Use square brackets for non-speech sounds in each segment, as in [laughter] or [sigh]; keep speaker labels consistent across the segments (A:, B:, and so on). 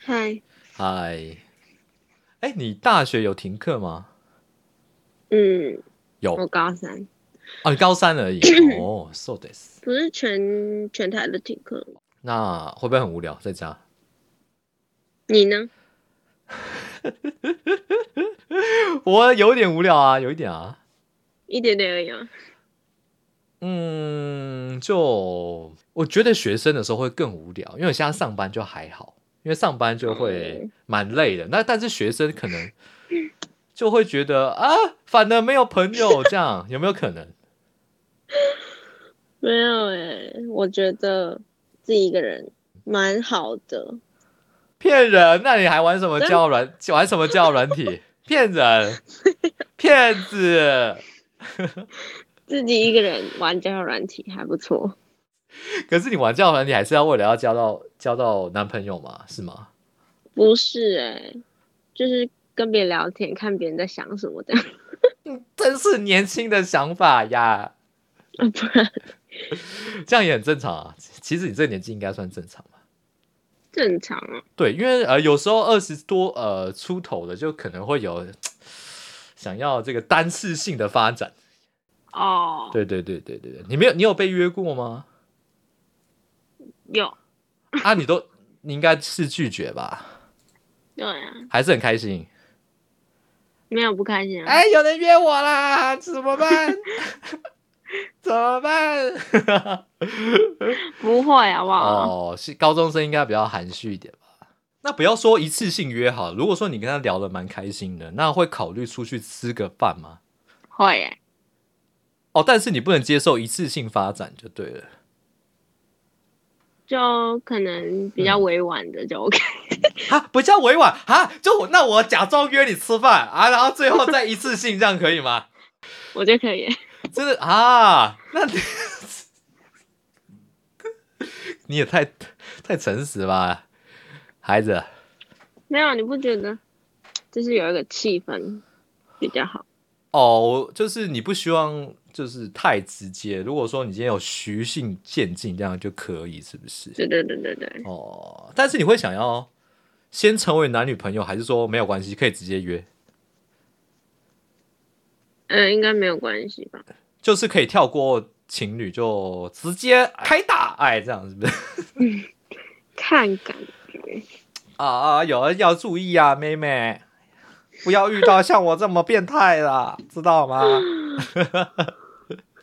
A: 嗨，
B: 嗨，哎，你大学有停课吗？
A: 嗯，
B: 有
A: 我高三，
B: 哦，你高三而已。哦，so this，
A: 不是全全台都停课。
B: 那会不会很无聊在家？ [laughs]
A: 你呢？
B: 我有点无聊啊，有一点啊。
A: 一点点而已啊。
B: 嗯，就我觉得学生的时候会更无聊，因为我现在上班就还好，因为上班就会蛮累的。那但是学生可能就会觉得啊，反而没有朋友，这样有没有可能？
A: 没有哎、我觉得自己一个人蛮好的。
B: 骗人！那你还玩什么交友软？玩什么交友软
A: [laughs]
B: 体？骗人！骗子！
A: 自己一个人玩交友软体还不错。
B: 可是你玩交友软体还是要为了要交到交到男朋友嘛，是吗？
A: 不是哎、就是跟别人聊天，看别人在想什么这样。 [laughs]
B: 真是年轻的想法呀！
A: 啊不然
B: [laughs] 这样也很正常啊。其实你这个年纪应该算正常吧？
A: 正常啊。
B: 对，因为呃有时候二十多呃出头的就可能会有想要这个单次性的发展。
A: 哦，
B: 对对对对对对，你没有你有被约过吗？
A: 有，
B: 啊，你都你应该是拒绝吧？
A: 对啊，
B: 还是很开心？
A: 没有不开心啊。
B: 哎，有人约我啦，怎么 [laughs] 办？怎么办？
A: 不会啊好不好？
B: 哦，是高中生应该比较含蓄一点吧？那不要说一次性约好，如果说你跟他聊得蛮开心的，那会考虑出去吃个饭吗？
A: 会、欸，
B: 哦，但是你不能接受一次性发展就对了。
A: 就可能比
B: 嗯
A: 较委婉的就 OK。
B: 啊，不叫委婉啊，就我那我假装约你吃饭啊，然后最后再一次性，这样可以吗？
A: 我觉得可以、欸
B: 真的啊，那你 [laughs] 你也太太诚实吧，孩子。
A: 没有，你不觉得就是有一个气氛比较好？
B: 哦，就是你不希望就是太直接。如果说你今天有徐性渐进，这样就可以，是不是？
A: 对对对对对，
B: 哦，但是你会想要先成为男女朋友，还是说没有关系，可以直接约，
A: 嗯、应该没有关系吧？
B: 就是可以跳过情侣就直接开打，哎，这样是不是？
A: 看感觉，
B: 啊啊，有要注意啊，妹妹，不要遇到像我这么变态啦， [laughs] 知道吗？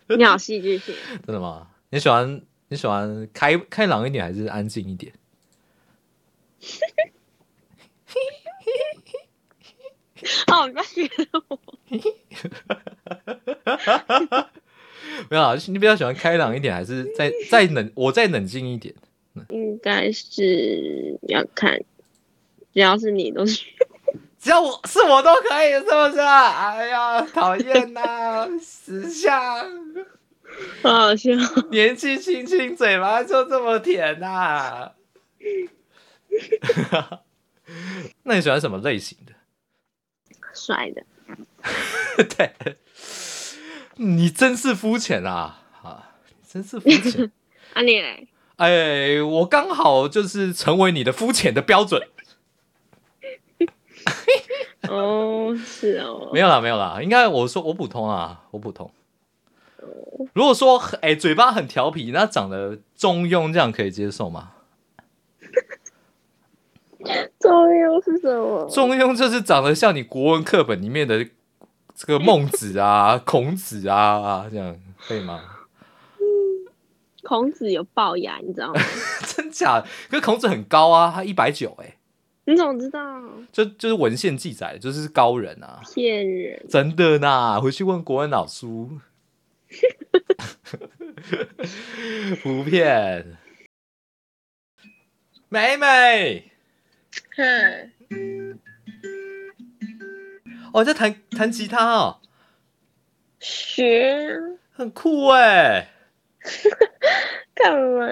A: 你好戏剧性，
B: 真的吗？你喜欢你喜欢开开朗一点，还是安静一点？
A: 哦，你不要学我，
B: 没有啊，你比较喜欢开朗一点，还是再再冷，我再冷静一点？
A: 应该是要看，只要是你都是，
B: 只要我是我都可以，是不是？哎呀，讨厌 [laughs] 呐，识相，
A: 好好笑。
B: 年纪轻轻，嘴巴就这么甜啊呐、 [laughs] 那你喜欢什么类型的？
A: 帅的，
B: [laughs] 对，你真是肤浅啊！啊，你真是肤浅。
A: 啊你嘞？
B: 哎，我刚好就是成为你的肤浅的标准。
A: 哦，是哦，
B: 没有啦，没有啦，应该我说我普通啊，我普通。如果说很哎、嘴巴很调皮，那长得中庸这样可以接受吗？
A: 中庸是什么？
B: 中庸就是长得像你国文课本里面的这个孟子啊、 [laughs] 孔子啊这样，可以吗？ [laughs]
A: 孔子有龅牙，你知道吗？ [laughs]
B: 真假？可是孔子很高啊，他一百九哎，
A: 你怎么知道？
B: 就就是文献记载的，就是高人啊，
A: 骗人！
B: 真的呐，回去问国文老师。 [laughs] 不骗，美美。
A: 哼，
B: 哦，你在弹弹吉他哦，
A: 学
B: 很酷哎，
A: 干嘛？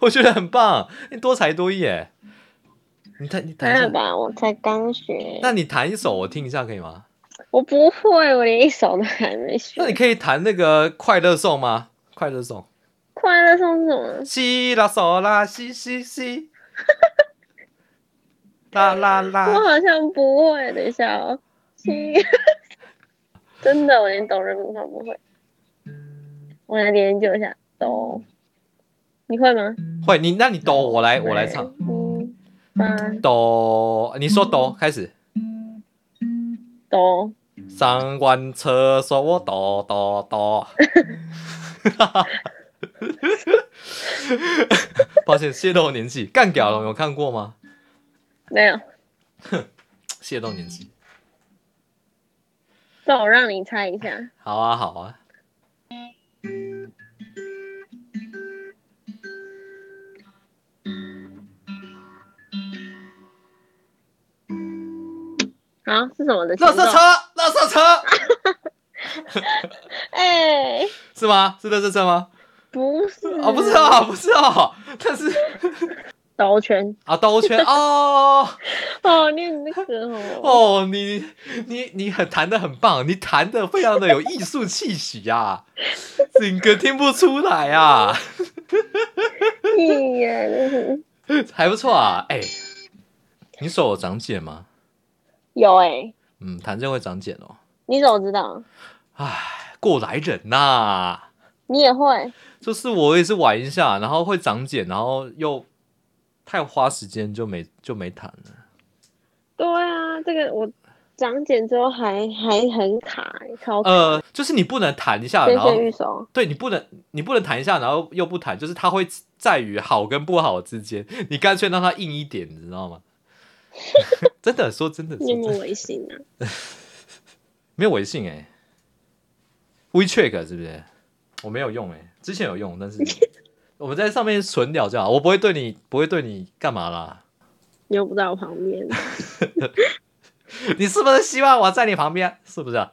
B: 我觉得很棒，你多才多艺哎。你弹你
A: 没
B: 弹
A: 有
B: 一下，
A: 吧，我才刚学，
B: 那你弹一首我听一下可以吗？
A: 我不会，我连一首都还没学
B: 那。你可以弹那个快乐颂吗？快乐颂，
A: 快乐颂是什么？ [laughs]
B: 西啦嗦啦西西西，啦啦
A: 我
B: 啦，
A: 好像不会，等一下哦。七
B: 嗯
A: [laughs] 真的，我连哆瑞咪发不会。我来研究一下哆，你会吗？
B: 会你那你哆，我来哎我来唱
A: 嗯，八
B: 哆，你说哆开始。
A: 哆，
B: 上完厕所我哆哆哆， [laughs] 抱歉泄露年纪，干屌龙有看过吗？
A: 没有，
B: 泄露年纪，
A: 那我让你猜一下。
B: 好啊好啊，
A: 好，是什么的前
B: 垃
A: 奏？
B: 圾车，垃圾车
A: 哎、
B: 是吗？是垃圾车吗？
A: 不是
B: 哦，不是哦，不是哦，但是
A: 兜圈。
B: 啊兜圈哦
A: 哦，念这个哦。
B: 哦，你你你很弹的很棒，你弹的非常的有艺术气息啊，整个听不出来啊。
A: 屁耶，真是
B: [laughs] 还不错啊，哎、你手有长茧吗？
A: 有哎、
B: 嗯，弹奏会长茧哦。
A: 你怎么知道？
B: 唉，过来人呐、
A: 你也会？
B: 就是我也是玩一下，然后会长茧，然后又太花时间就没就没弹了。
A: 对啊，这个我长茧之后还还很卡、欸，超卡。
B: 呃，就是你不能弹一下，
A: 纤
B: 然后
A: 纤玉手，
B: 对你不能你不能弹一下，然后又不弹，就是它会在于好跟不好之间，你干脆让它硬一点，你知道吗？ [laughs] 真的说真的，说
A: 你有
B: 真
A: 没
B: 的
A: 有微信啊？
B: 没有微信哎、w e c h a t 是不是？我没有用哎、之前有用，但是我们在上面纯聊就好，我不会对你不会对你干嘛啦。
A: 你又不在我旁边，
B: 你是不是希望我在你旁边？是不是、啊？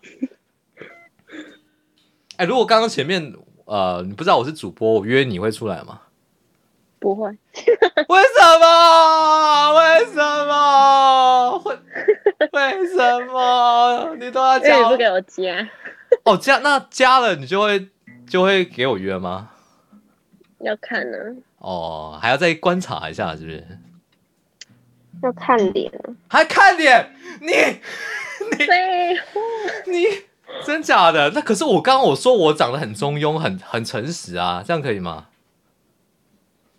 B: 哎、如果刚刚前面呃你不知道我是主播，我约你会出来吗？
A: [laughs] 不
B: [laughs]
A: 会。
B: 为什么？为什么？会为什么？你都要
A: 因为
B: 加
A: 你
B: 我
A: 不给我加，
B: 哦加那加了你就会就会给我约吗？
A: 要看呢、啊，
B: 哦，还要再观察一下，是不是？
A: 要看脸啊。
B: 还看脸，你嗯
A: 废话，
B: 你真假的？那可是我刚刚我说我长得很中庸，很很诚实啊，这样可以吗？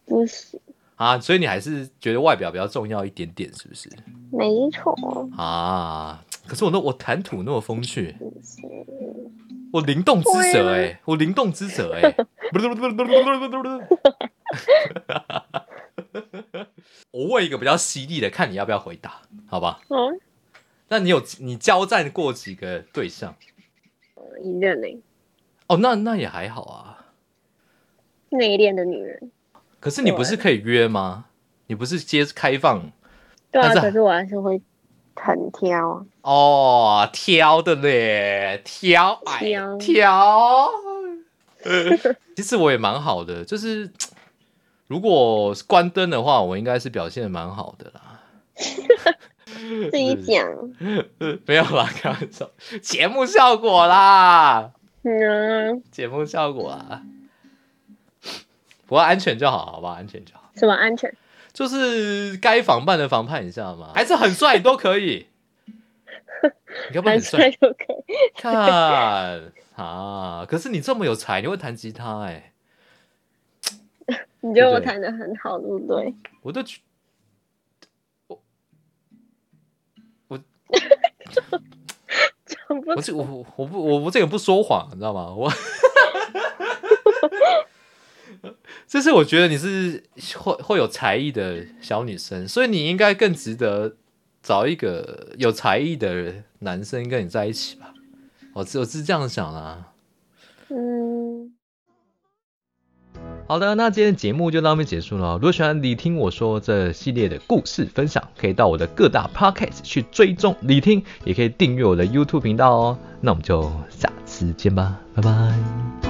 A: 不行，
B: 啊，所以你还是觉得外表比较重要一点点，是不是？
A: 没错。
B: 啊，可是我那我谈吐那么风趣，
A: 不行
B: 我灵动之舌哎、
A: 对
B: 我灵动之舌哎、 [laughs] 我问一个比较犀利的，看你要不要回答，好吧？
A: 哦，
B: 那你有你交战过几个对象？
A: 一任呢、
B: 哦，那那也还好啊。
A: 内敛的女人。
B: 可是你不是可以约吗？你不是接开放
A: 对啊，
B: 但是
A: 可是我还是会很挑啊。
B: 哦，挑的嘞，挑哎
A: 挑
B: [laughs] 挑。其实我也蛮好的，就是如果关灯的话，我应该是表现得蛮好的啦。嗯
A: 自己讲，
B: 没有啦，开玩笑，节目效果啦，
A: 嗯、啊，
B: 节目效果啦。不过安全就好，好吧，安全就好。
A: 什么安全？
B: 就是该防范的防范一下 [laughs] 嘛，还是很帅都可以。你要不要
A: 安
B: 很帅
A: 全就可以。
B: 看啊？可是你这么有才，你会弹吉他哎、
A: 你觉得我
B: 对
A: 弹的很好，对不对？
B: 我都觉我我
A: 讲不
B: 我这我我我不我我这个人不说谎，你知道吗？我这是我觉得你是会会有才艺的小女生，所以你应该更值得找一个有才艺的男生跟你在一起吧。我是我是这样想啦、
A: 嗯。
B: 好的，那今天的节目就到这边结束了。如果喜欢你听我说这系列的故事分享，可以到我的各大 podcast 去追踪你听，也可以订阅我的 YouTube 频道哦。那我们就下次见吧，拜拜。